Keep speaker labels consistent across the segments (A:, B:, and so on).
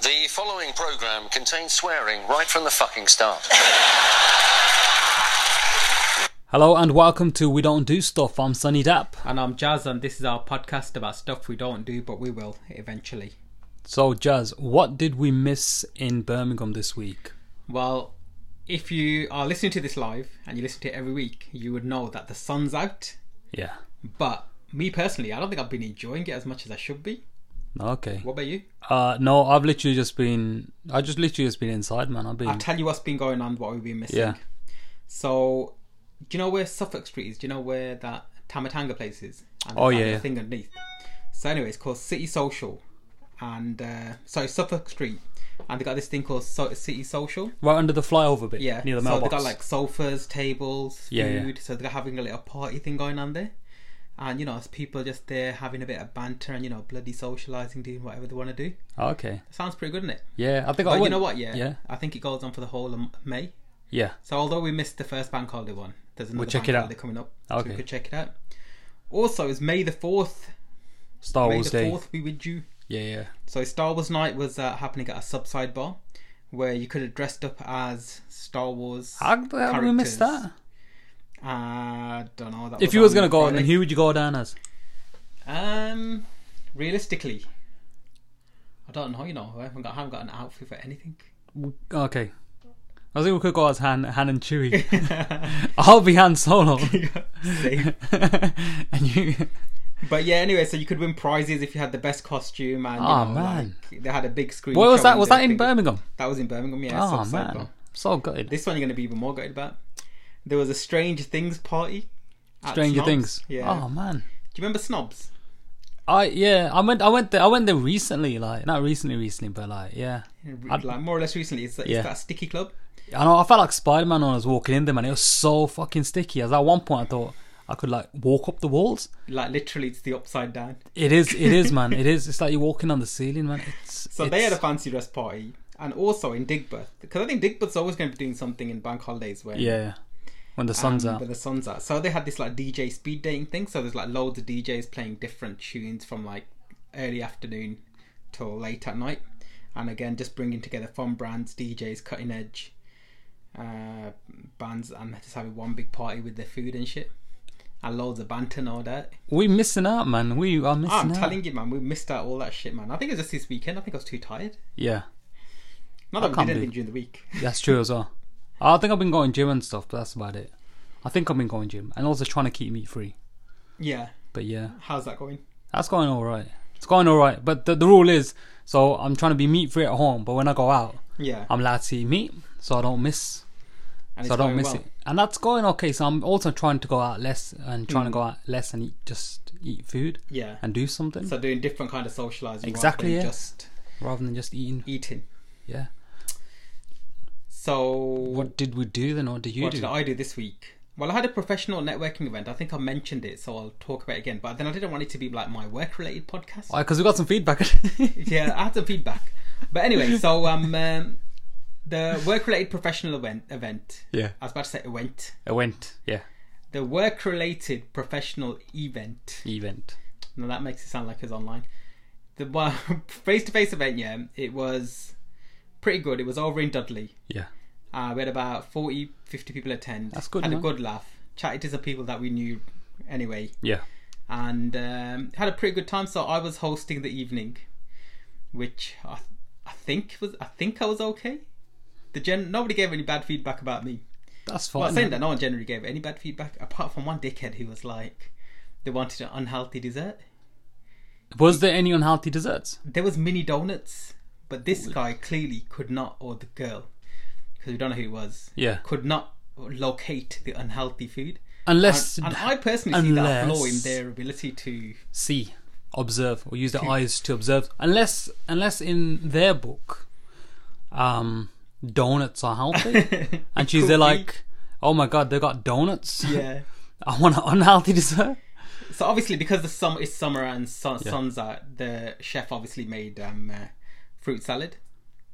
A: The following program contains swearing right from the fucking start.
B: Hello and welcome to We Don't Do Stuff. I'm Sunny Dap.
C: And I'm Jazz, and this is our podcast about stuff we don't do, but we will eventually.
B: So, Jazz, what did we miss in Birmingham this week?
C: Well, if you are listening to this live and you listen to it every week, you would know that the sun's out.
B: Yeah.
C: But me personally, I don't think I've been enjoying it as much as I should be.
B: Okay.
C: What about you?
B: Uh, no, I've literally just been. I just literally just been inside, man. I've
C: I'll
B: been.
C: tell you what's been going on, what we've been missing.
B: Yeah.
C: So, do you know where Suffolk Street is? Do you know where that Tamatanga place is? And
B: Oh,
C: there's that
B: yeah, yeah.
C: thing underneath. So anyway, it's called City Social, and uh, sorry Suffolk Street, and they got this thing called so- City Social.
B: Right under the flyover bit.
C: Yeah.
B: Near the
C: so they
B: mailbox.
C: got like sofas, tables, food.
B: Yeah, yeah.
C: So they're having a little party thing going on there. And you know, it's people just there having a bit of banter and you know, bloody socializing, doing whatever they want to do.
B: Okay.
C: Sounds pretty good, isn't it?
B: Yeah, I think I
C: But you
B: went-
C: know what? Yeah,
B: Oh, Yeah.
C: I think it goes on for the whole of May.
B: Yeah.
C: So although we missed the first bank holiday one, there's another
B: We'll check
C: bank
B: it out.
C: holiday coming up. So
B: Okay.
C: we could check it out. Also, it's May the fourth.
B: Star
C: May
B: Wars
C: the
B: Oh, Day.
C: fourth, we were due.
B: Yeah, yeah.
C: So Star Wars night was uh, happening at a subside bar, where you could have dressed up as Star Wars.
B: How the hell did we miss
C: characters.
B: that?
C: I don't know. That
B: If you was
C: on
B: gonna go,
C: Friday.
B: then who would you go down as?
C: Um, realistically, I don't know. You know, I haven't got, I haven't got an outfit for anything.
B: Okay. I think we could go as Han, Han and Chewie. I'll be Han Solo.
C: Same.
B: and you.
C: but yeah, anyway, so you could win prizes if you had the best costume, and you
B: Aw,
C: know,
B: man.
C: like, they had a big screen.
B: What was that?
C: showing
B: Was
C: the
B: that in
C: thing.
B: Birmingham?
C: That was in Birmingham. Yeah.
B: Oh
C: Southside
B: man,
C: Bar.
B: so good.
C: This one you're going to be even more gutted about. There was a Strange Things party. at
B: Stranger
C: Snobs.
B: Things.
C: Yeah.
B: Oh man.
C: Do you remember Snobs?
B: I yeah. I went. I went there. I went there recently. Like not recently, recently, but like yeah. I'd-
C: Like more or less recently, it's, it's
B: Yeah.
C: that sticky club.
B: I know. I felt like Spider Man when I was walking in there, man. It was so fucking sticky. As at one point, I thought I could like walk up the walls.
C: Like literally, it's the upside down.
B: It is. It is, man. It is. It's like you're walking on the ceiling, man. It's.
C: So they had a
B: it's-
C: fancy dress party, and also in Digbeth, because I think Digbeth's always going to be doing something in bank holidays when
B: yeah. When the
C: um,
B: sun's out.
C: when the sun's out. So they had this like DJ speed dating thing. So there's like loads of DJs playing different tunes from like early afternoon till late at night, and again just bringing together fun brands, DJs, cutting edge uh, bands, and just having one big party with their food and shit, and loads of banter and all that.
B: We missing out, man. We are missing
C: Ah, I'm
B: out.
C: telling you, man, we missed out all that shit, man. I think it was just this weekend. I think I was too tired.
B: yeah,
C: Not
B: I
C: that we
B: can't
C: did anything
B: believe-
C: during the week.
B: that's true as well. I think I've been going gym and stuff, but that's about it. I think I've been going gym and also trying to keep meat free.
C: Yeah.
B: But yeah.
C: How's that going?
B: That's going all right. It's going all right. But the, the rule is, so I'm trying to be meat free at home, but when I go out,
C: Yeah.
B: I'm allowed to eat meat, so I don't miss.
C: and
B: Oh, So I don't
C: going
B: miss
C: well.
B: it, and that's going okay. So I'm also trying to go out less and
C: Mm.
B: trying to go out less and eat, just eat food
C: Yeah.
B: and do something
C: So doing different kind of socializing
B: Exactly,
C: rather than
B: yeah.
C: just
B: rather than just eating.
C: eating.
B: Yeah.
C: So what,
B: What did we do then? What did you do?
C: did I do this week? Well, I had a professional networking event. I think I mentioned it, so I'll talk about it again. But then I didn't want it to be like my work-related podcast.
B: Because we got some feedback.
C: yeah, I had some feedback. But anyway, so um, um the work-related professional event event.
B: yeah.
C: I was about to say event.
B: It went. Yeah.
C: The work-related professional event.
B: Event.
C: Now that makes it sound like it's online. The one- face-to-face event, yeah, it was pretty good. It was over in Dudley.
B: Yeah.
C: Uh, we had about 40, 50 people attend.
B: That's good,
C: Had
B: man.
C: a good laugh. Chatted to some people that we knew anyway.
B: Yeah.
C: And um, had a pretty good time. So I was hosting the evening, which I, I think was I think I was okay. The gen nobody gave any bad feedback about me.
B: That's fine.
C: Well, saying
B: man.
C: that, no one generally gave any bad feedback apart from one dickhead who was like, they wanted an unhealthy dessert.
B: Was there any unhealthy desserts?
C: There was mini donuts, but this guy clearly could not, or the girl, because we don't know who it was.
B: Yeah.
C: could not locate the unhealthy food.
B: Unless
C: And I personally see that flaw in
B: Unless-
C: their ability to.
B: see, observe, or use their eyes to observe. Unless, unless in their book, um, donuts are healthy, and she's
C: Could
B: there
C: be.
B: like, oh my god, they got donuts.
C: Yeah.
B: I want an unhealthy dessert.
C: So obviously, because the sum is summer and sun, sun's out, the chef obviously made um, uh, fruit salad,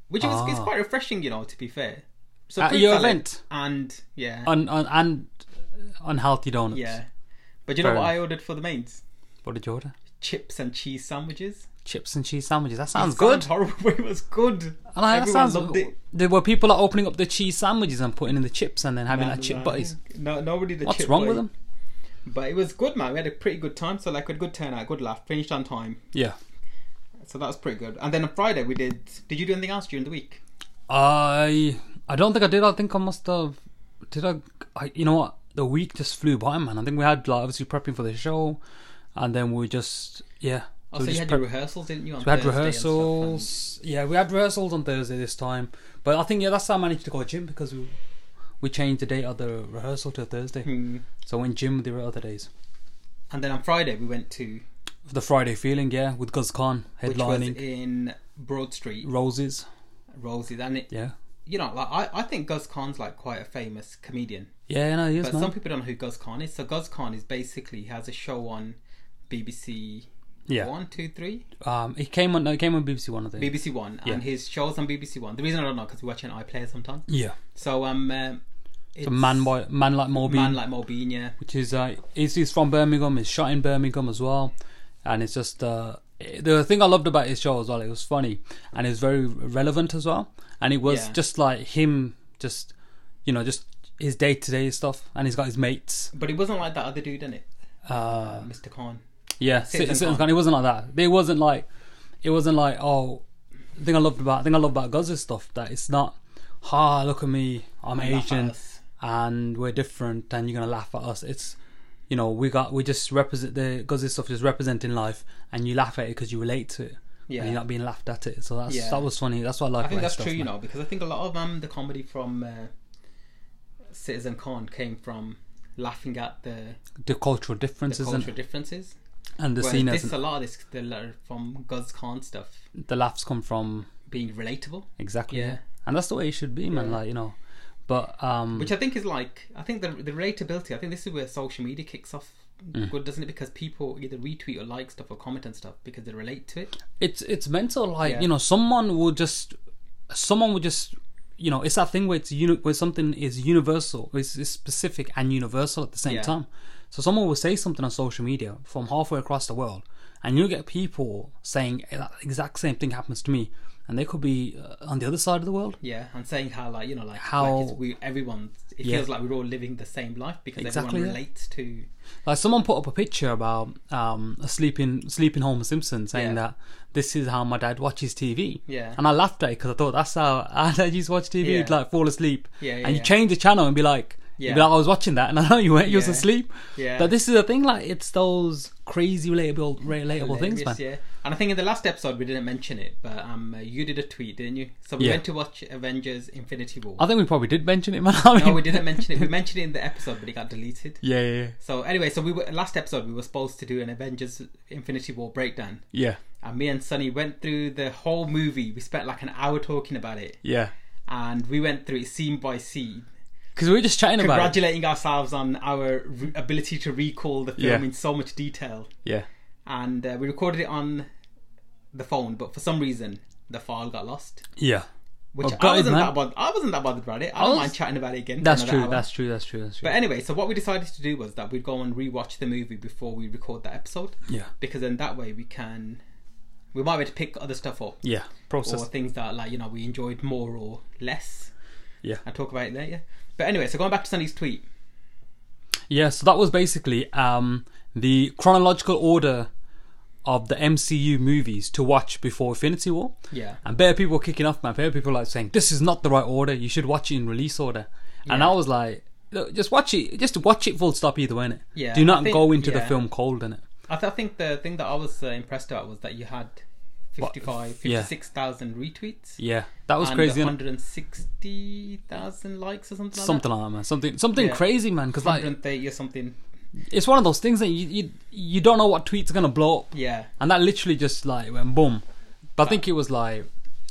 C: which was it's
B: Ah.
C: quite refreshing, you know. To be fair, so
B: At
C: fruit
B: your
C: salad
B: event?
C: and yeah,
B: Un, un, and uh, unhealthy donuts.
C: yeah. But you know
B: Fair
C: what
B: enough.
C: I ordered for the mains?
B: What did you order?
C: Chips and cheese sandwiches.
B: chips and cheese sandwiches. That sounds
C: It
B: good.
C: sounds horrible, but it was good.
B: And I- that
C: Everyone
B: sounds,
C: loved it.
B: There were people are opening up the cheese sandwiches and putting in the chips and then having like chip
C: No,
B: buddies.
C: No, nobody the
B: What's
C: chip
B: wrong with
C: buddy.
B: them?
C: But it was good, man. We had a pretty good time. So like a good turnout, good laugh. Finished on time.
B: Yeah.
C: So that was pretty good. And then on Friday we did. Did you do anything else during the week?
B: I I don't think I did. I think I must have. Did I, I? You know what? The week just flew by, man. I think we had like obviously prepping for the show, and then we just yeah. we
C: Oh, so you
B: just
C: had
B: prep-
C: your rehearsals, didn't you? On
B: we had
C: Thursday and stuff, and-
B: rehearsals. Yeah, we had rehearsals on Thursday this time. But I think yeah, that's how I managed to go to gym because we we changed the date of the rehearsal to Thursday.
C: Hmm.
B: So I went gym the other days.
C: And then on Friday we went to
B: The Friday feeling, yeah, with Guz Khan
C: which was
B: headlining
C: in Broad Street,
B: Roses.
C: Rosie's, and it,
B: Yeah,
C: you know, like I, I think Gus Khan's like quite a famous comedian,
B: yeah, no, he is
C: but
B: man.
C: some people don't know who Gus Khan is. So Gus Khan is basically he has a show on BBC
B: yeah,
C: One, Two, Three,
B: um, he came on. No, he came on BBC One, I think.
C: BBC One,
B: Yeah.
C: and his shows on BBC One. The reason I don't know because we watch an iPlayer sometimes.
B: yeah,
C: So um, um it's
B: the man, boy, man like Moby.
C: man like Morbinia.
B: which is uh, he's, he's from Birmingham. He's shot in Birmingham as well, and it's just uh, the thing I loved about his show as well. It was funny and it's very relevant as well, and it was
C: Yeah.
B: just like him, just you know, just his day to day stuff, and he's got his mates.
C: But it wasn't like that other dude, in it,
B: Uh,
C: Mr. Khan.
B: yeah,
C: Citizen
B: Citizen Khan.
C: Khan.
B: It wasn't like that. It wasn't like it wasn't like oh, the thing I loved about the thing I love about Guz's stuff that it's not. Ha! look at me. I'm
C: And laugh at
B: Asian
C: us.
B: and we're different and you're gonna laugh at us it's you know we got we just represent the because this stuff is representing life and you laugh at it because you relate to it
C: Yeah.
B: and you're not being laughed at it so that's
C: Yeah.
B: that was funny that's what i like
C: I think
B: about
C: that's
B: stuff,
C: true, you
B: man.
C: know, because I think a lot of um the comedy from uh, Citizen Khan came from laughing at the,
B: the cultural
C: the
B: differences
C: cultural
B: and,
C: differences.
B: and the
C: Whereas
B: scene
C: this
B: as
C: a lot of this the letter from Gus Khan stuff
B: the laughs come from
C: being relatable,
B: exactly
C: Yeah.
B: and that's the way it should be man
C: Yeah.
B: like you know but um
C: which I think is like I think the the relatability. I think this is where social media kicks off.
B: Mm.
C: Good, doesn't it? Because people either retweet or like stuff or comment on stuff because they relate to it.
B: it's it's mental like
C: Yeah.
B: you know someone will just someone will just you know it's that thing where it's uni- where something is universal it's, it's specific and universal at the same
C: Yeah.
B: time so someone will say something on social media from halfway across the world and you'll get people saying "Eh, that exact same thing happens to me and they could be uh, on the other side of the world
C: Yeah, and saying how like you know like
B: How-
C: like it's, we everyone it
B: Yeah.
C: feels like we're all living the same life because
B: Exactly, yeah.
C: everyone relates to
B: Like someone put up a picture about um, a sleeping sleeping Homer Simpson saying
C: Yeah.
B: that this is how my dad watches TV.
C: Yeah.
B: And I laughed at it because I thought that's how our dad used to watch TV. He'd
C: Yeah.
B: like fall asleep.
C: Yeah, yeah,
B: and you
C: yeah.
B: change the channel and be like, you'd be
C: Yeah.
B: like, I was watching that, and I know you weren't. You was
C: Yeah.
B: asleep.
C: Yeah.
B: But this is the thing. Like it's those crazy relatable relatable things, man.
C: Hilarious, Yeah, and I think in the last episode we didn't mention it, but um, uh, you did a tweet, didn't you? So we
B: Yeah.
C: went to watch Avengers: Infinity War.
B: I think we probably did mention it, man. I
C: no,
B: mean-
C: we didn't mention it. We mentioned it in the episode, but it got deleted.
B: Yeah, yeah, yeah.
C: So anyway, so we were last episode we were supposed to do an Avengers: Infinity War breakdown,
B: yeah,
C: and me and Sunny went through the whole movie. We spent like an hour talking about it,
B: yeah.
C: and we went through it scene by scene,
B: Because we were just chatting about it.
C: congratulating ourselves on our re- ability to recall the film
B: Yeah.
C: in so much detail.
B: Yeah.
C: and uh, we recorded it on the phone, but for some reason the file got lost.
B: Yeah.
C: Which
B: Oh, got
C: I
B: it,
C: wasn't
B: man.
C: that bothered. I wasn't that bothered about it. I,
B: I
C: don't
B: was-
C: mind chatting about it again. for
B: That's
C: another
B: true,
C: hour.
B: that's true. That's true. That's true.
C: But anyway, so what we decided to do was that we'd go and rewatch the movie before we record that episode,
B: yeah.
C: because then that way we can, we might be able to pick other stuff up
B: Yeah. Process.
C: or things that like you know we enjoyed more or less.
B: Yeah.
C: and talk about it later. But anyway, so going back to Sunny's tweet,
B: Yeah, so that was basically um, the chronological order of the MCU movies to watch before Infinity War.
C: yeah,
B: And better people were kicking off, man. Better people were, like saying, this is not the right order. You should watch it in release order. And I was like, "Look, just watch it. Just watch it full stop either way, innit?
C: Yeah,
B: Do
C: I
B: not
C: think-
B: go into the
C: yeah.
B: film cold, innit?
C: I, th- I think the thing that I was uh, impressed about was that you had 55,
B: Yeah.
C: 56,000 retweets.
B: Yeah, that was
C: and
B: crazy. innit?
C: 160,000 likes or something like
B: Something like that, man. Something, something
C: Yeah.
B: crazy, man. Because
C: that.
B: like,
C: 130 or something.
B: it's one of those things that you, you you don't know what tweets are gonna blow up,
C: Yeah.
B: and that literally just like went boom. But I think it was like,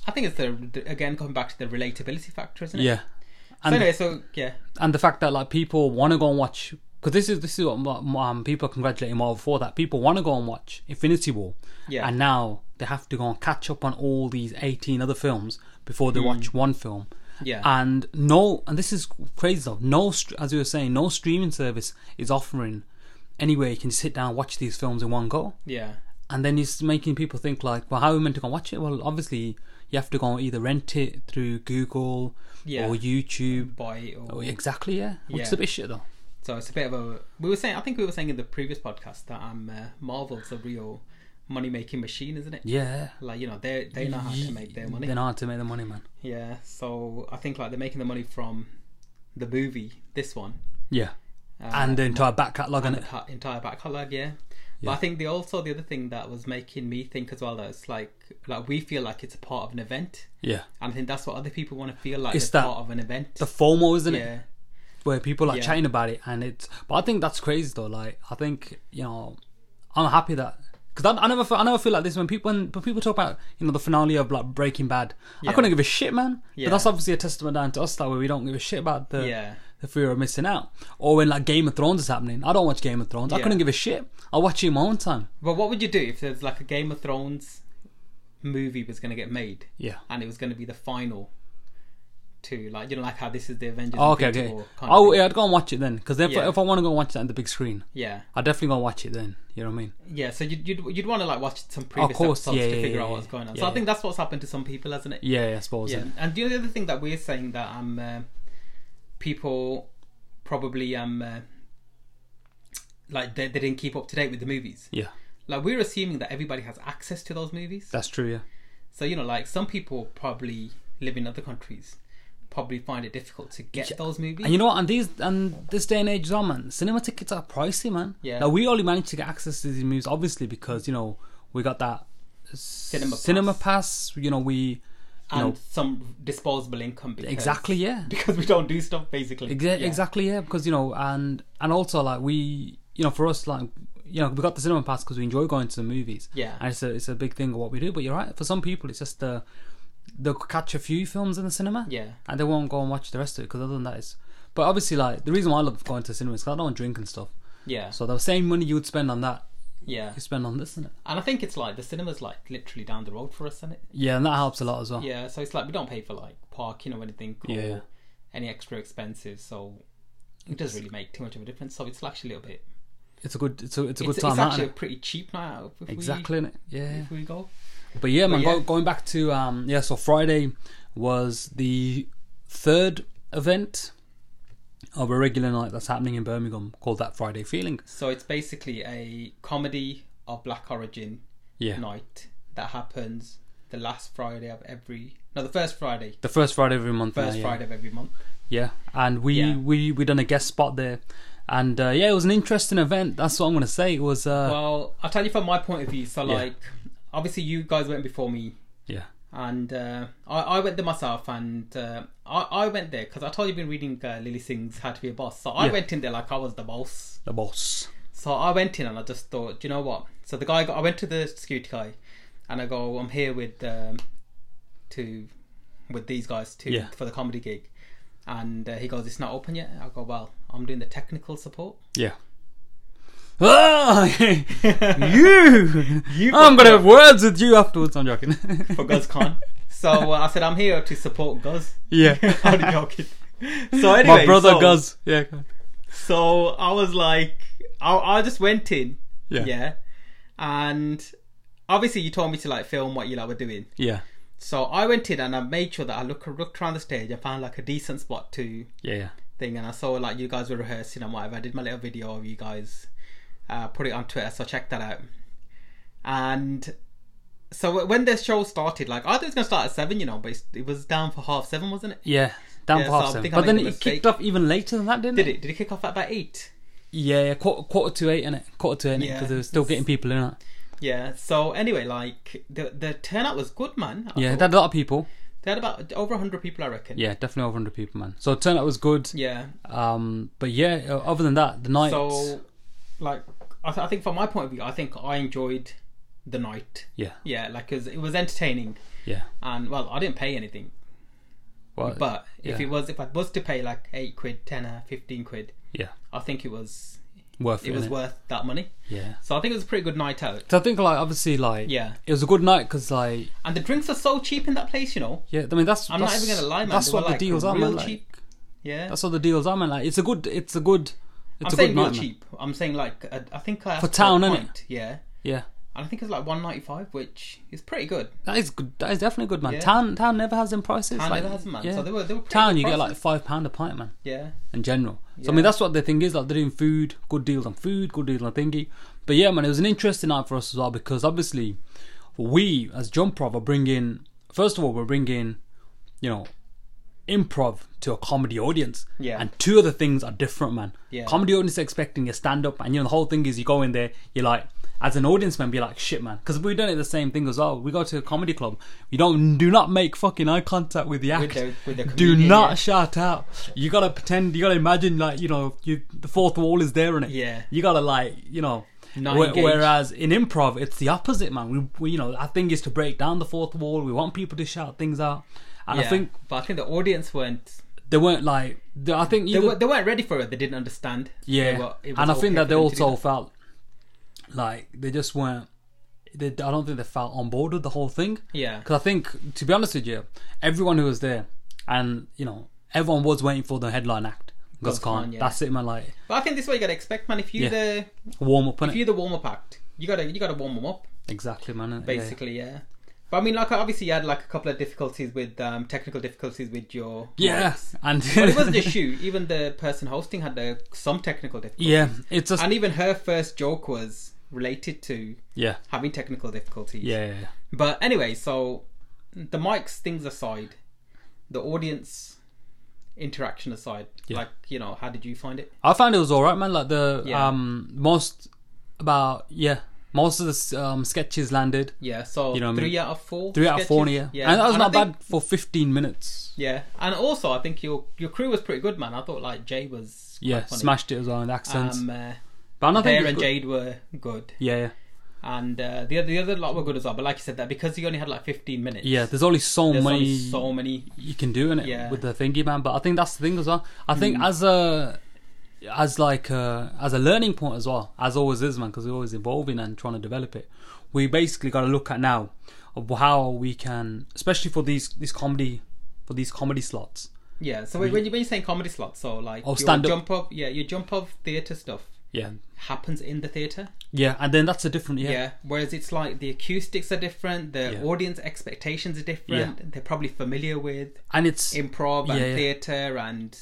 C: I think it's the, the- again going back to the relatability factor, isn't it?
B: yeah.
C: So anyway, so yeah.
B: and the fact that like people want to go and watch because this is this is what m- um, people are congratulating Marvel for that people want to go and watch Infinity War,
C: Yeah.
B: and now they have to go and catch up on all these eighteen other films before they watch one film.
C: Mm. Yeah.
B: and no, and this is crazy though. No, str- as you were saying, no streaming service is offering any way you can sit down and watch these films in one go.
C: Yeah.
B: and then he's making people think like, well, how am I meant to go and watch it? Well, obviously you have to go and either rent it through Google
C: Yeah.
B: or YouTube.
C: buy it or
B: Oh, exactly, yeah. Which is
C: Yeah.
B: a bit shit though.
C: So it's a bit of a. We were saying, I think we were saying in the previous podcast that um, uh, Marvel's a real money making machine, isn't it?
B: Yeah.
C: Like you know, they they know how to make their money.
B: They know how to make the money, man.
C: Yeah. So I think like they're making the money from the movie, this one,
B: Yeah.
C: Uh,
B: and the entire back catalogue and it.
C: ca- entire back catalog. Yeah. But I think the also the other thing that was making me think as well that it's like like we feel like it's a part of an event,
B: Yeah.
C: and I think that's what other people want to feel like
B: It's
C: it's
B: that-
C: part of an event.
B: The FOMO, isn't it?
C: yeah.
B: where people are
C: Yeah.
B: chatting about it and it's but i think that's crazy though like i think you know i'm happy that because I, I never feel, I never feel like this when people when, when people talk about you know the finale of like breaking bad i
C: Yeah.
B: couldn't give a shit man
C: Yeah.
B: but that's obviously a testament down to us that way we don't give a shit about the
C: Yeah.
B: the fear of missing out or when like game of thrones is happening i don't watch game of thrones i
C: Yeah.
B: couldn't give a shit i watch it in my own time
C: But what would you do if there's like a Game of Thrones movie was going to get made?
B: yeah
C: and it was going to be the final to like you know like how this is the Avengers.
B: Oh, okay,
C: Infinity
B: okay.
C: War kind of
B: Oh,
C: thing.
B: yeah, I'd go and watch it then. Because if,
C: Yeah.
B: if I want to go and watch that on the big screen,
C: yeah,
B: I definitely go and watch it then. You know what I mean?
C: yeah. So you'd you'd, you'd want to like watch some previous
B: course,
C: episodes
B: yeah,
C: to
B: yeah,
C: figure
B: yeah,
C: out
B: yeah.
C: what's going on.
B: Yeah,
C: so I think
B: yeah.
C: that's what's happened to some people, hasn't it?
B: Yeah, yeah I suppose. Yeah.
C: And the other thing that we're saying that um uh, people probably um uh, like they, they didn't keep up to date with the movies.
B: yeah,
C: Like we're assuming that everybody has access to those movies.
B: that's true. Yeah.
C: So you know, like some people probably live in other countries, probably find it difficult to get those movies.
B: And you know what? And these and this day and age, as well, man, cinema tickets are pricey, man.
C: Yeah.
B: Now we only managed to get access to these movies, obviously, because you know we got that
C: Cinema
B: cinema pass. You know we, you
C: and
B: know
C: some disposable income because,
B: exactly, yeah,
C: because we don't do stuff basically
B: Exa-
C: Yeah.
B: exactly, yeah. Because you know, and and also like we, you know, for us, like you know, we got the cinema pass because we enjoy going to the movies.
C: Yeah.
B: And it's a it's a big thing of what we do. But you're right. For some people, it's just the they'll catch a few films in the cinema.
C: Yeah.
B: And they won't go and watch the rest of it because other than that, it's. But obviously, like the reason why I love going to the cinema is 'cause I don't drink and stuff.
C: yeah
B: So the same money you would spend on that,
C: yeah
B: you spend on this, isn't it?
C: and i think it's like the cinema's like literally down the road for us isn't it
B: Yeah, and that helps a lot as well.
C: yeah so it's like we don't pay for like parking or anything or
B: Yeah.
C: any extra expenses so it doesn't really make too much of a difference so it's actually a little bit
B: It's a good, it's a, it's a good
C: it's,
B: time
C: it's
B: out.
C: actually a
B: innit?
C: pretty cheap night out if
B: Exactly, innit?
C: we,
B: yeah.
C: if we go
B: But yeah, man, Go,
C: yeah.
B: going back to um, yeah, so Friday was the third event of a regular night that's happening in Birmingham called That Friday Feeling.
C: so it's basically a comedy of black origin
B: Yeah,
C: night that happens the last friday of every no the first friday
B: the first Friday of every month. now,
C: first
B: yeah.
C: friday of every month
B: Yeah, and we
C: Yeah.
B: we we done a guest spot there, and uh, yeah, it was an interesting event. That's what I'm gonna say. It was uh,
C: Well, I'll tell you from my point of view. So,
B: Yeah.
C: like, obviously, you guys went before me,
B: yeah,
C: and uh, I, I went there myself, and uh, I, I went there because I told you I've been reading uh, Lily Singh's How to Be a Boss. So, I
B: Yeah.
C: went in there like I was the boss.
B: the boss.
C: So, I went in and I just thought, "Do you know what? So, the guy, got, I went to the security guy, and I go, I'm here with um, to with these guys too
B: Yeah.
C: for the comedy gig. And uh, he goes, It's not open yet. I go, Well, I'm doing the technical support.
B: Yeah. Ah, you! I'm gonna have words with you afterwards. I'm joking.
C: for GuzzCon. so uh, I said, I'm here to support Guz.
B: Yeah.
C: I'm joking. So anyway,
B: My brother
C: so,
B: Guz. Yeah. go on.
C: So I was like, I, I just went in,
B: Yeah.
C: yeah. and obviously you told me to like film what you like were doing.
B: Yeah.
C: So I went in and I made sure that I look, looked around the stage. I found like a decent spot to
B: Yeah. Yeah.
C: thing, and I saw like you guys were rehearsing and whatever. I did my little video of you guys, uh, put it on Twitter, so check that out. And so when the show started, like I thought it was gonna start at seven, you know, but it's- it was down for half seven, wasn't it?
B: Yeah. Down
C: Yeah,
B: for
C: so
B: half
C: I
B: seven.
C: think I
B: But then
C: made a
B: it kicked
C: mistake.
B: off even later than that, didn't
C: Did it? Did it kick off at about eight?
B: Yeah. yeah. Quarter, quarter to eight, innit? Quarter to eight,
C: Yeah.
B: Because they were still getting people in it.
C: Yeah. So anyway, like the the turnout was good, man. I
B: Yeah.
C: thought-
B: They had a lot of people.
C: they had about over hundred people, I reckon.
B: Yeah. Definitely over 100 people, man. So turnout was good.
C: Yeah.
B: Um. But yeah, uh, other than that, the night.
C: So, like, I, th- I think from my point of view, I think I enjoyed the night.
B: yeah.
C: Yeah, like 'cause it was entertaining,
B: Yeah.
C: and well, I didn't pay anything.
B: Well,
C: But if
B: yeah.
C: it was, if I was to pay like eight quid, tenner, fifteen quid,
B: yeah.
C: I think it was
B: Worth it.
C: it was
B: innit?
C: worth that money.
B: Yeah.
C: So I think it was a pretty good night out.
B: So I think, like, obviously, like,
C: Yeah,
B: it was a good night because, like,
C: and the drinks are so cheap in that place, you know.
B: Yeah, I mean that's.
C: I'm not
B: that's,
C: even gonna lie, man.
B: That's
C: They
B: what
C: were,
B: the
C: like,
B: deals are,
C: real
B: man. Like,
C: cheap. Yeah,
B: that's what the deals are, man. Like, it's a good, it's a good, it's
C: I'm
B: a good
C: saying
B: night,
C: not
B: man.
C: cheap. I'm saying like uh, I think I asked
B: town,
C: a
B: innit?
C: pint. Yeah,
B: Yeah,
C: and I think it's like one ninety five, which is pretty good.
B: That is good. That is definitely good, man.
C: Yeah.
B: Town Town never has them prices.
C: Town
B: like,
C: never has them, man.
B: Yeah.
C: So they were- they were pretty
B: Town,
C: good
B: you get like
C: prices.
B: five pound a pint, man.
C: Yeah,
B: In general, so I
C: Yeah.
B: mean that's what the thing is. Like they're doing food, good deals on food, good deals on thingy. But yeah, man, it was an interesting night for us as well because obviously we as jump prov are bringing. First of all, we're bringing, you know, improv to a comedy audience.
C: Yeah.
B: And two of the things are different, man.
C: Yeah.
B: Comedy audience are expecting your stand up, and you know the whole thing is you go in there, you're like, as an audience member, you're like, shit, man, because we're doing it the same thing as well. We go to a comedy club, you don't do not make fucking eye contact with the act,
C: the- with the
B: do
C: comedian,
B: not
C: yeah.
B: shout out. You gotta pretend, you gotta imagine like you know you the fourth wall is there in it.
C: Yeah.
B: You gotta like you know.
C: Not
B: whe-
C: engage.
B: whereas in improv, it's the opposite, man. We, we, you know, our thing is to break down the fourth wall. We want people to shout things out, and
C: yeah.
B: I think
C: but I think the audience weren't
B: they weren't like they- I think
C: they,
B: either,
C: were, they weren't ready for it. They didn't understand.
B: yeah,
C: They were- it was
B: and I
C: okay
B: think that
C: for
B: they
C: them to do
B: also felt like they just weren't. They, I don't think they felt on board with the whole thing.
C: Yeah.
B: because I think to be honest with you, everyone who was there, and you know, everyone was waiting for the headline act. Gus
C: Gus Khan,
B: Khan,
C: yeah.
B: that's it, man. Like
C: But I think this is what you gotta expect, man. If you
B: Yeah.
C: the
B: warm up,
C: if
B: innit?
C: you the warm up act, you gotta you gotta warm them up
B: exactly, man. innit? Yeah.
C: basically. Yeah. But I mean, like obviously you had like a couple of difficulties with um, technical difficulties with your
B: yeah,
C: mics.
B: and
C: But it wasn't just you. Even the person hosting had uh, some technical difficulties.
B: yeah, it's just
C: And even her first joke was related to
B: yeah,
C: having technical difficulties.
B: yeah, yeah, yeah.
C: But anyway, so the mics things aside, the audience interaction aside,
B: Yeah.
C: like you know, how did you find it?
B: I found it was alright, man. Like the
C: Yeah.
B: um most about yeah, most of the s- um, sketches landed.
C: Yeah. So
B: You know what I
C: three
B: mean?
C: out of four.
B: Three out of four,
C: sketches?
B: yeah. And that was
C: I
B: not
C: think-
B: bad for 15 minutes.
C: Yeah, and also I think your your crew was pretty good, man. I thought like Jay was quite
B: Yeah,
C: funny.
B: smashed it as well in the accents.
C: Um, uh,
B: but I think
C: Bear
B: it's
C: and
B: good.
C: Jade were good,
B: Yeah, yeah.
C: and uh, the other the other lot were good as well. But like you said, that because you only had like fifteen minutes,
B: Yeah, there's only so
C: there's
B: many
C: only so many.
B: you can do in it
C: Yeah. Mm.
B: with the thingy, man. But I think that's the thing as well. I think as a as like a, as a learning point as well, as always is, man, because we're always evolving and trying to develop it. We basically got to look at now of how we can, especially for these these comedy for these comedy slots.
C: Yeah, so when when you when you're saying comedy slots, so like
B: Oh,
C: your
B: stand-up.
C: jump up, yeah, your jump up theater stuff
B: Yeah,
C: happens in the theater.
B: yeah, and then that's a different
C: Yeah. Whereas it's like the acoustics are different, the
B: Yeah.
C: audience expectations are different. They're probably familiar with
B: and it's
C: improv and
B: Yeah, yeah.
C: theater and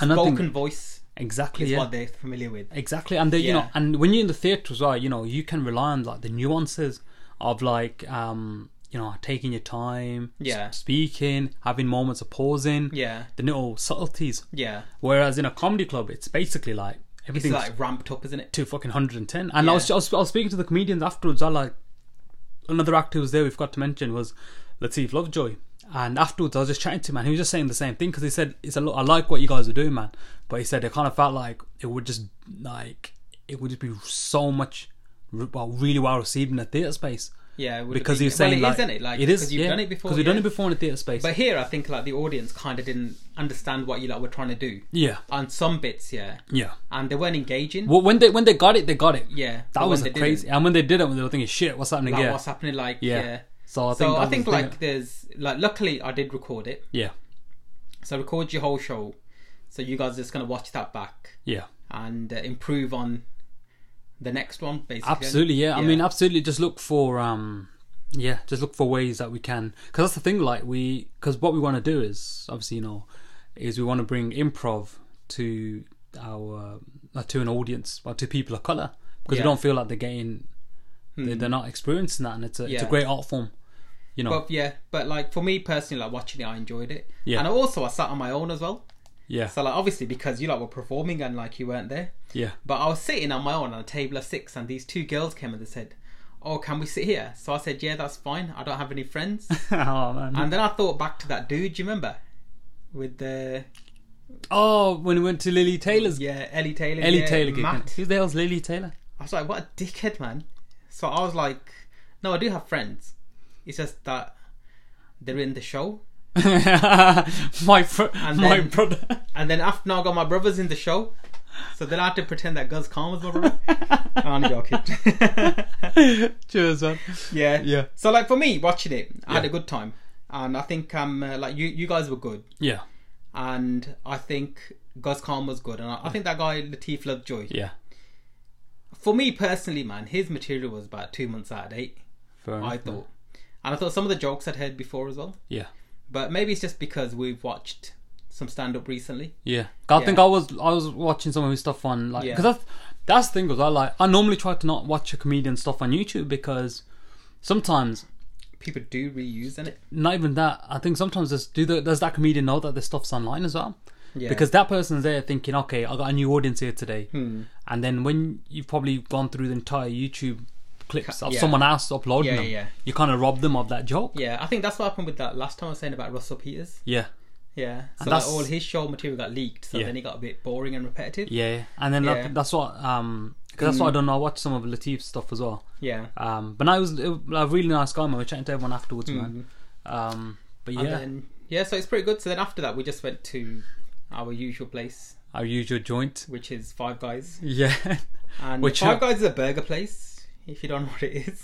B: and I think-
C: spoken voice
B: exactly
C: is
B: yeah.
C: what they're familiar with.
B: Exactly, and they, you know,
C: Yeah.
B: and when you're in the theatre as well, you know, you can rely on like the nuances of like, um, you know, taking your time, s-
C: Yeah.
B: speaking, having moments of pausing,
C: Yeah.
B: the little subtleties.
C: Yeah.
B: Whereas in a comedy club, it's basically like
C: It's
B: everything's
C: like ramped up, isn't it?
B: to fucking hundred and ten. And I
C: Yeah.
B: was, I was, I was speaking to the comedians afterwards. I like another actor who was there. We've got to mention was Latif Lovejoy. And afterwards, I was just chatting to him, and he was just saying the same thing because he said, "It's a lot. I like what you guys are doing, man." But he said it kind of felt like it would just like it would just be so much re- well, really well received in a theater space.
C: Yeah, it would have
B: because
C: been-
B: he was saying
C: well,
B: like,
C: it is, isn't it? Like,
B: it is,
C: because you've
B: yeah,
C: done it before,
B: because we've done
C: yeah.
B: it before in a theater space.
C: But here, I think like the audience kind of didn't understand what you like were trying to do
B: yeah,
C: on some bits, yeah,
B: yeah.
C: and they weren't engaging.
B: Well, when they when they got it, they got it.
C: yeah,
B: that
C: but
B: was
C: when
B: a
C: they
B: crazy.
C: didn't,
B: And when they did it, they were thinking, "Shit, what's happening
C: Like
B: here?"
C: what's happening? Like
B: Yeah.
C: yeah.
B: So I think
C: so
B: that
C: I
B: was
C: think
B: the-
C: like there's like luckily I did record it,
B: yeah,
C: so I recorded your whole show. So you guys are just gonna watch that back
B: yeah.
C: and uh, improve on the next one, basically.
B: absolutely yeah. i mean absolutely just look for um yeah just look for ways that we can because that's the thing like we because what we want to do is obviously you know is we want to bring improv to our uh, to an audience or to people of color because
C: Yeah. Hmm.
B: they don't feel like they're getting they, they're not experiencing that and it's a it's a
C: Yeah.
B: great art form you know
C: but yeah, but like for me personally, like watching it, I enjoyed it.
B: Yeah.
C: And also, I sat on my own as well.
B: yeah
C: So like obviously because you like were performing and like you weren't there.
B: yeah
C: But I was sitting on my own on a table of six, and these two girls came and they said, "Oh, can we sit here?" So I said, "Yeah, that's fine. I don't have any friends."
B: oh man
C: and then I thought back to that dude. Do you remember? With the
B: oh when we went to lily taylor's
C: yeah Ellie Taylor,
B: Ellie
C: yeah,
B: Taylor gig.
C: Matt.
B: Who the hell's Lily Taylor?
C: I was like, "What a dickhead, man!" So I was like, "No, I do have friends. It's just that they're in the show."
B: my fr-
C: And
B: my
C: then-
B: brother.
C: And then after now, I got my brothers in the show, so then I had to pretend that Gus Khan was my brother. I'm joking.
B: Cheers, man.
C: Yeah.
B: Yeah.
C: So like for me, watching it, I had
B: Yeah.
C: a good time, and I think um uh, like you you guys were good,
B: Yeah,
C: and I think Gus Khan was good, and I, I think that guy Latif Lovejoy,
B: yeah.
C: for me personally, man, his material was about two months out of date.
B: Fair
C: I
B: enough, man.
C: thought, and I thought some of the jokes I'd heard before as well.
B: Yeah.
C: But maybe it's just because we've watched some stand up recently.
B: Yeah, 'Cause I think I was I was watching some of his stuff on like
C: Yeah.
B: because that's that's the thing was I like I normally try to not watch a comedian stuff on YouTube because sometimes
C: People do reuse in it.
B: not even that I think sometimes there's do the, does that comedian know that their stuff's online as well
C: Yeah.
B: because that person's there thinking okay I got a new audience here today
C: Hmm.
B: and then when you've probably gone through the entire YouTube clips of
C: Yeah.
B: someone else uploading
C: Yeah,
B: them
C: yeah, yeah.
B: you kind of rob them of that joke
C: yeah, I think that's what happened with that last time I was saying about Russell Peters.
B: yeah
C: Yeah, so
B: And
C: like
B: that's-
C: all his show material got leaked, so
B: Yeah.
C: then he got a bit boring and repetitive.
B: yeah and then
C: Yeah. Mm.
B: that, that's what um 'cause that's what I don't know I watched some of Latif's stuff as well
C: Yeah.
B: Um, but no, it was, it was a really nice guy, man. We were chatting to everyone afterwards, man. Um, but yeah,
C: Mm-hmm. And then yeah, so it's pretty good. So then after that, we just went to our usual place,
B: our usual joint.
C: which is Five Guys.
B: Yeah.
C: And
B: Which- uh,
C: Five Guys is a burger place. If you don't know what it is,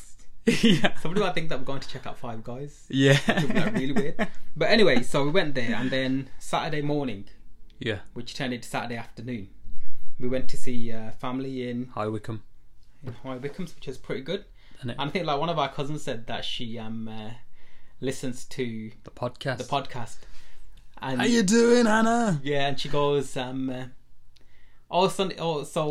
B: yeah.
C: somebody might think that we're going to check out Five Guys. It'd be,
B: Yeah.
C: like, really weird. But anyway, so we went there, and then Saturday morning,
B: yeah.
C: which turned into Saturday afternoon, we went to see uh, family in
B: Hi, Wickham.
C: in High Wycombes, which is pretty good.
B: And it,
C: And I think like one of our cousins said that she um uh, listens to
B: the podcast.
C: the podcast, and
B: How you doing, Hannah?
C: yeah, and she goes um, uh, oh Sunday, oh so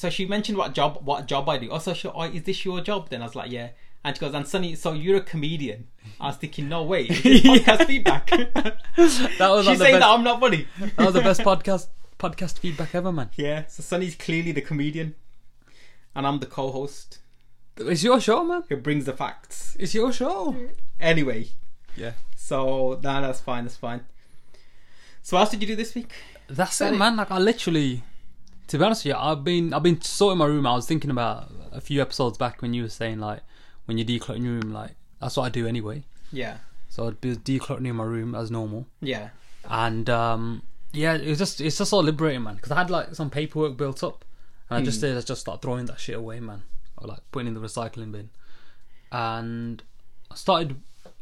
C: so she mentioned what job what job I do. Oh, so she, oh, is this your job? Then I was like, yeah. And she goes, and Sunny, so you're a comedian. I was thinking, no way, is this podcast feedback.
B: That was like,
C: She's
B: the
C: saying
B: best.
C: that I'm not funny.
B: that was the best podcast podcast feedback ever, man.
C: yeah, so Sunny's clearly the comedian, and I'm the co-host
B: It's your show, man.
C: who brings the facts.
B: It's your show.
C: Anyway,
B: Yeah.
C: So no, that's fine. That's fine. So what else did you do this week?
B: That's it, man. Like I literally, to be honest with you, I've been I've been so in my room. I was thinking about a few episodes back when you were saying like when you're decluttering your room, like that's what I do anyway.
C: Yeah,
B: So I'd be decluttering my room as normal,
C: yeah,
B: and um, yeah, it was just it's just all liberating, man. Because I had like some paperwork built up, and I just
C: Hmm.
B: did I just start throwing that shit away, man, or like putting in the recycling bin, and I started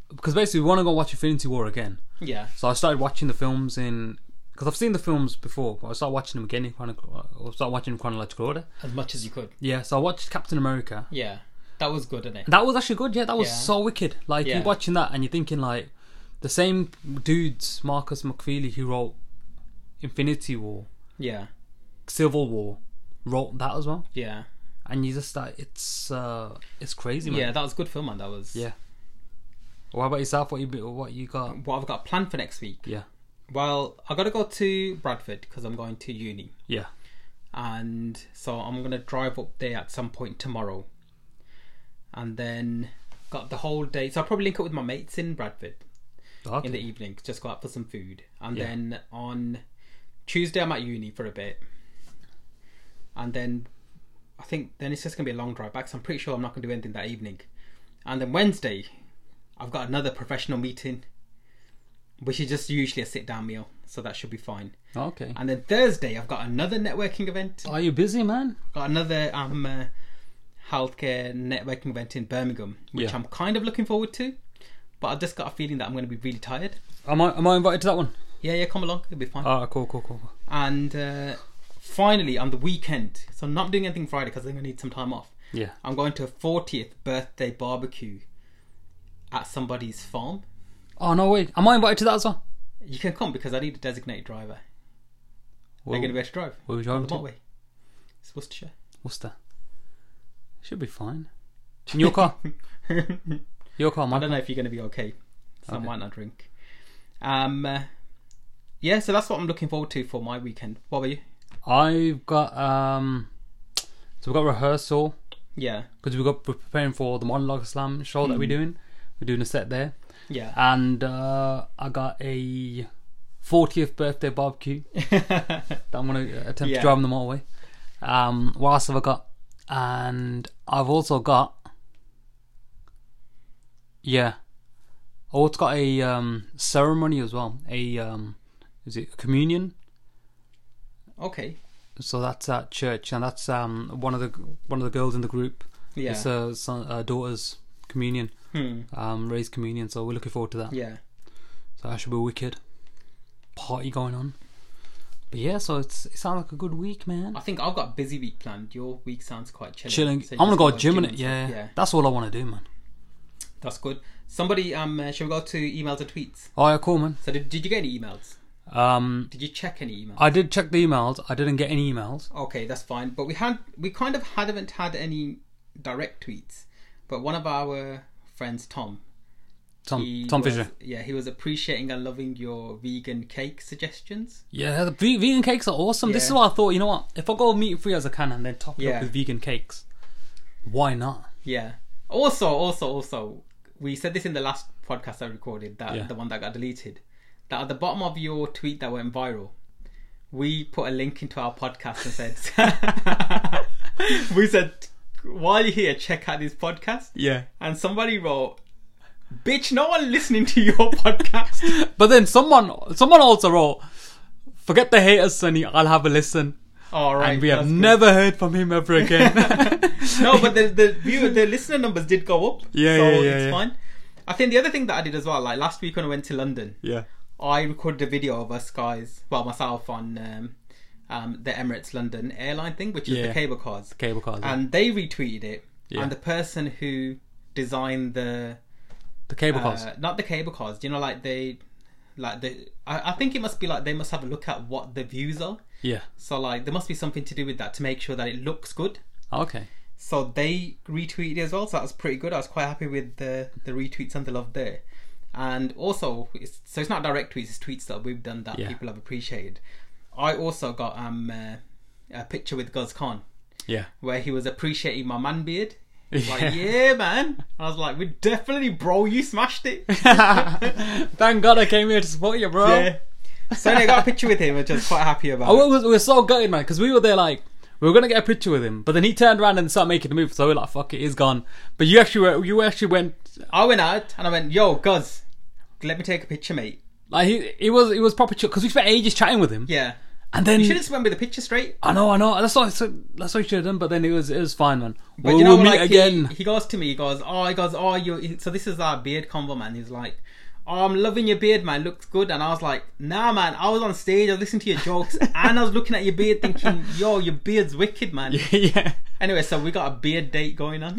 B: because basically we want to go watch Infinity War again,
C: yeah,
B: so I started watching the films in because I've seen the films before, but I started watching them again in chronological, or started watching in chronological order.
C: as much as you could.
B: Yeah, so I watched Captain America,
C: Yeah, that was good, isn't it?
B: That was actually good. Yeah, that was
C: Yeah.
B: so wicked. Like
C: Yeah.
B: you're watching that and you're thinking like the same dudes, Marcus McFeely, who wrote Infinity War,
C: Yeah,
B: Civil War, wrote that as well.
C: yeah,
B: And you just like it's uh it's crazy, man.
C: yeah. That was a good film, man. That was.
B: Yeah. What about yourself? What you be- what you got?
C: What I've got planned for next week?
B: Yeah.
C: Well, I got to go to Bradford because I'm going to uni,
B: Yeah.
C: and so I'm gonna drive up there at some point tomorrow, and then got the whole day. So I'll probably link up with my mates in Bradford.
B: Oh, Okay.
C: in the evening, just go out for some food. And
B: Yeah.
C: then on Tuesday, I'm at uni for a bit. And then I think then it's just going to be a long drive back. So I'm pretty sure I'm not going to do anything that evening. And then Wednesday, I've got another professional meeting, which is just usually a sit down meal. So that should be fine.
B: Oh, okay.
C: And then Thursday, I've got another networking event.
B: Are you busy, man?
C: got another um, uh, healthcare networking event in Birmingham, which
B: Yeah.
C: I'm kind of looking forward to. But I've just got a feeling that I'm going to be really tired.
B: Am I am I invited to that one?
C: Yeah, yeah, come along. It'll be fine.
B: Ah, cool, cool, cool. cool.
C: and uh, finally, on the weekend, so I'm not doing anything Friday because I'm going to need some time off.
B: Yeah.
C: I'm going to a 40th birthday barbecue at somebody's farm.
B: Oh no, wait. Am I invited to that as well?
C: You can come because I need a designated driver. They're
B: Where,
C: going to be able to drive.
B: where are we
C: On
B: driving
C: the
B: to?
C: motorway. It's Worcestershire.
B: Worcester. Should be fine. In your car.
C: I
B: Your car, man.
C: don't know if you're going to be okay. So
B: Okay.
C: I might not drink. Um, uh, yeah, so that's what I'm looking forward to for my weekend. What about you?
B: I've got um, so we've got rehearsal
C: Yeah,
B: because we've got we're preparing for the monologue slam show
C: Hmm.
B: that we're doing. We're doing a set there,
C: yeah.
B: and uh, I got a 40th birthday barbecue that I'm gonna attempt
C: Yeah.
B: to drive on the motorway. Um, what else have I got? And I've also got yeah, I also got a um ceremony as well. A um, is it communion?
C: Uh, okay.
B: so that's at church, and that's um one of the one of the girls in the group.
C: Yeah.
B: It's her son, uh, daughter's communion,
C: Hmm.
B: um, Ray's communion. So we're looking forward to that.
C: Yeah.
B: So that should be wicked. Party going on. But yeah, so it's it sounds like a good week, man.
C: I think I've got a busy week planned. Your week sounds quite chilling.
B: Chilling.
C: So you
B: I'm gonna
C: just
B: go
C: to
B: gym in
C: and
B: it. Yeah,
C: stuff. yeah,
B: that's all I want to do, man.
C: that's good. Somebody, um, uh, shall we go to emails and tweets?
B: Oh yeah, cool, man.
C: So did, did you get any emails?
B: Um,
C: Did you check any emails?
B: I did check the emails. I didn't get any emails.
C: Okay, that's fine. But we had we kind of hadn't had any direct tweets. But one of our friends, Tom,
B: Tom
C: he
B: Tom
C: was-
B: Fisher.
C: yeah, he was appreciating and loving your vegan cake suggestions.
B: Yeah, the ve- vegan cakes are awesome. This is
C: Yeah.
B: what I thought. You know what? If I go meat free as I can and then top it
C: Yeah.
B: up with vegan cakes, why not?
C: Yeah. Also, also, also, we said this in the last podcast I recorded that
B: Yeah.
C: the one that got deleted. That at the bottom of your tweet that went viral, we put a link into our podcast and said, we said, while you're here, check out this podcast.
B: Yeah.
C: and somebody wrote, "Bitch, no one listening to your podcast."
B: But then someone someone also wrote, "Forget the haters, Sonny. I'll have a listen."
C: All right,
B: And we have
C: that's good.
B: never heard from him ever again.
C: No, but the the view, the listener numbers did go up.
B: Yeah,
C: so
B: yeah, yeah,
C: it's
B: yeah.
C: fine. I think the other thing that I did as well, like last week when I went to London,
B: yeah.
C: I recorded a video of us guys, well myself on um, um, the Emirates London airline thing, which is
B: Yeah.
C: the cable cars,
B: Cable cars.
C: and they retweeted it,
B: Yeah.
C: and the person who designed the
B: the cable cars.
C: Uh, not the cable cars. You know, like they, like the. I, I think it must be like they must have a look at what the views are.
B: Yeah.
C: So like there must be something to do with that to make sure that it looks good.
B: Ah, Okay.
C: So they retweeted it as well. So that was pretty good. I was quite happy with the the retweets and the love there. And also, it's, so it's not direct tweets; it's tweets that we've done that
B: Yeah.
C: people have appreciated. I also got um uh, a picture with Guz Khan
B: Yeah.
C: where he was appreciating my man beard. He's
B: Yeah.
C: Like yeah, man. I was like, we definitely, bro. You smashed it.
B: Thank God I came here to support you, bro.
C: Yeah. So anyway, I got a picture with him, which I was quite happy about.
B: Oh, it was, we were so gutted, man, because we were there like we were gonna get a picture with him, but then he turned around and started making the move. So we're like, "Fuck it, he's gone." But you actually were, you actually went
C: I went out and I went, "Yo, Guz, let me take a picture, mate."
B: like he, he was, it was proper because we spent ages chatting with him.
C: Yeah,
B: and then
C: you should have went with the picture straight.
B: I know, I know. That's what I said- that's what you should have done. But then it was it was fine, man.
C: But
B: we'll
C: you know,
B: we'll meet
C: like he-
B: again.
C: He, goes to me. He goes, "Oh, he goes, oh, you." So this is our beard convo, man. He's like. Oh, I'm loving your beard, man. Looks good. And I was like, nah, man. I was on stage. I was listening to your jokes, and I was looking at your beard, thinking, yo, your beard's wicked, man.
B: yeah,
C: Anyway, so we got a beard date going on.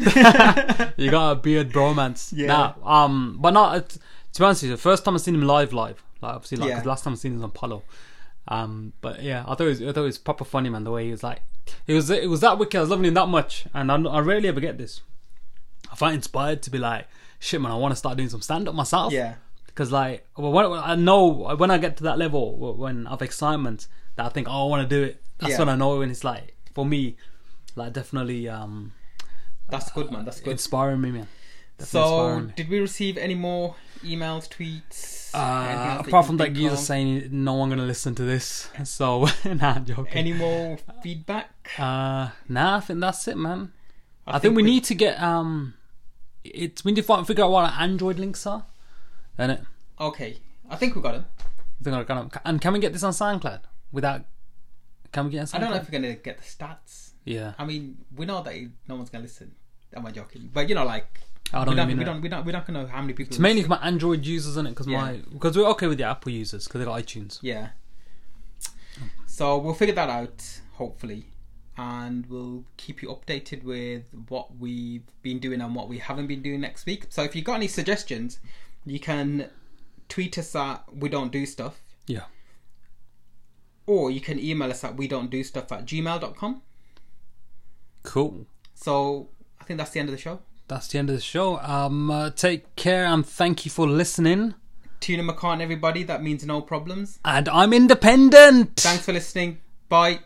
B: you got a beard bromance.
C: Yeah.
B: Nah, um, but not it's- to be honest. With you, the first time I seen him live, live, like obviously, like 'cause
C: Yeah.
B: last time I seen him was on Palo. Um, but yeah, I thought it was, I thought it was proper funny, man. The way he was like, it was it was that wicked. I was loving him that much, and I, I rarely ever get this. I find inspired to be like, shit, man. I want to start doing some stand up myself.
C: yeah.
B: because like well, when, I know when I get to that level wh- when of excitement that I think oh I want to do it that's
C: Yeah.
B: when I know when it's like for me like definitely um
C: That's good, man. That's good.
B: inspiring me man Definitely
C: So,
B: inspiring me.
C: did we receive any more emails, tweets? anything
B: Uh,
C: else that
B: apart
C: you
B: from
C: think
B: that you
C: of?
B: just saying no one gonna listen to this so nah I'm joking
C: Any more feedback?
B: uh nah I think that's it man I, think, we need to get um it's we need to find, figure out what our Android links are and it
C: Okay, I think we got them.
B: I think I can and can we get this on SoundCloud without can we get it on SoundCloud
C: I don't know if we're gonna get the stats.
B: yeah
C: I mean, we know that no one's gonna listen. Am I joking? But you know, like
B: I
C: we
B: don't
C: don't,
B: even
C: we
B: know.
C: don't, we don't, we don't know how many people.
B: It's mainly for my Android users, isn't it? Because
C: Yeah.
B: my because we're okay with the Apple users because they got iTunes.
C: Yeah. So we'll figure that out hopefully, and we'll keep you updated with what we've been doing and what we haven't been doing next week. So if you've got any suggestions, you can tweet us at we don't do stuff
B: Yeah,
C: or you can email us at we don't do stuff at gmail.com
B: cool.
C: so i think that's the end of the show
B: That's the end of the show. Um, uh, take care and thank you for listening.
C: tuna mccartan everybody that means no problems
B: And I'm independent.
C: thanks for listening bye